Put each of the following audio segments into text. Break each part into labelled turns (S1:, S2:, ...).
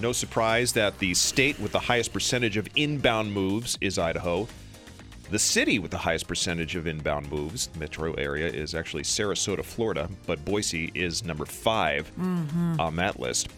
S1: No surprise that the state with the highest percentage of inbound moves is Idaho. The city with the highest percentage of inbound moves, metro area, is actually Sarasota, Florida, but Boise is number 5
S2: Mm-hmm.
S1: on that list.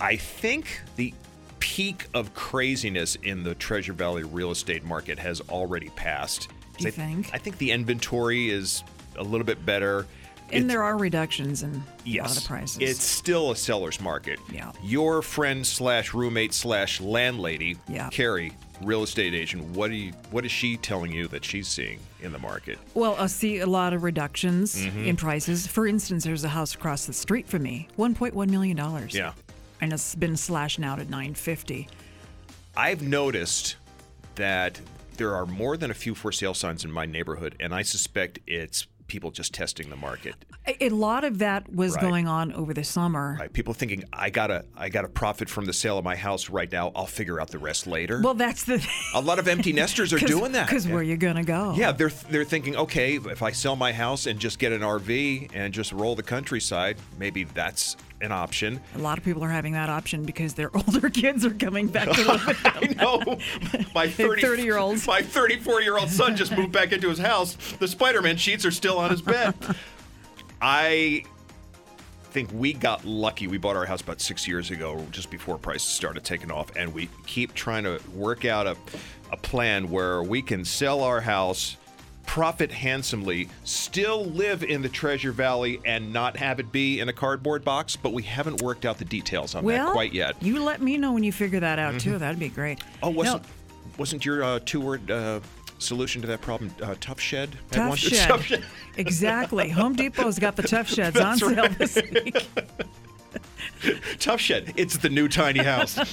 S1: I think the peak of craziness in the Treasure Valley real estate market has already passed.
S2: You
S1: I-
S2: think?
S1: I think the inventory is a little bit better.
S2: And
S1: It's-
S2: there are reductions in a
S1: Yes.
S2: lot of the prices.
S1: It's still a seller's market.
S2: Yeah.
S1: Your friend slash roommate slash landlady,
S2: Yeah.
S1: Carrie, real estate agent, what do you what is she telling you that she's seeing in the market?
S2: Well, I see a lot of reductions
S1: Mm-hmm.
S2: in prices. For instance, there's a house across the street from me, 1.1 million dollars.
S1: Yeah.
S2: and it's been slashing out at 950.
S1: I've noticed that there are more than a few for sale signs in my neighborhood, and I suspect it's people just testing the market.
S2: A, a lot of that was
S1: Right.
S2: going on over the summer.
S1: Right? People thinking I gotta I gotta profit from the sale of my house right now. I'll figure out the rest later.
S2: Well, that's the
S1: a lot of empty nesters are doing that.
S2: because where you gonna go?
S1: Yeah, they're they're thinking, okay, if I sell my house and just get an RV and just roll the countryside, maybe that's an option.
S2: A lot of people are having that option because their older kids are coming back to live with them.
S1: I know my 30,
S2: 30-year-olds.
S1: my 34 year old son just moved back into his house. The Spider Man sheets are still on his bed. I think we got lucky. We bought our house about six years ago, just before prices started taking off, and we keep trying to work out a, a plan where we can sell our house. Profit handsomely, still live in the Treasure Valley and not have it be in a cardboard box, but we haven't worked out the details on
S2: Well,
S1: that quite yet. Mm-hmm.
S2: You let me know when you figure that out too. That'd be great.
S1: Oh, wasn't
S2: No,
S1: wasn't your uh, two-word uh, solution to that problem uh, tough shed? at
S2: Tough
S1: one-
S2: shed. Exactly. Home Depot's got the tough sheds on sale this week.
S1: tough shed. It's the new tiny house.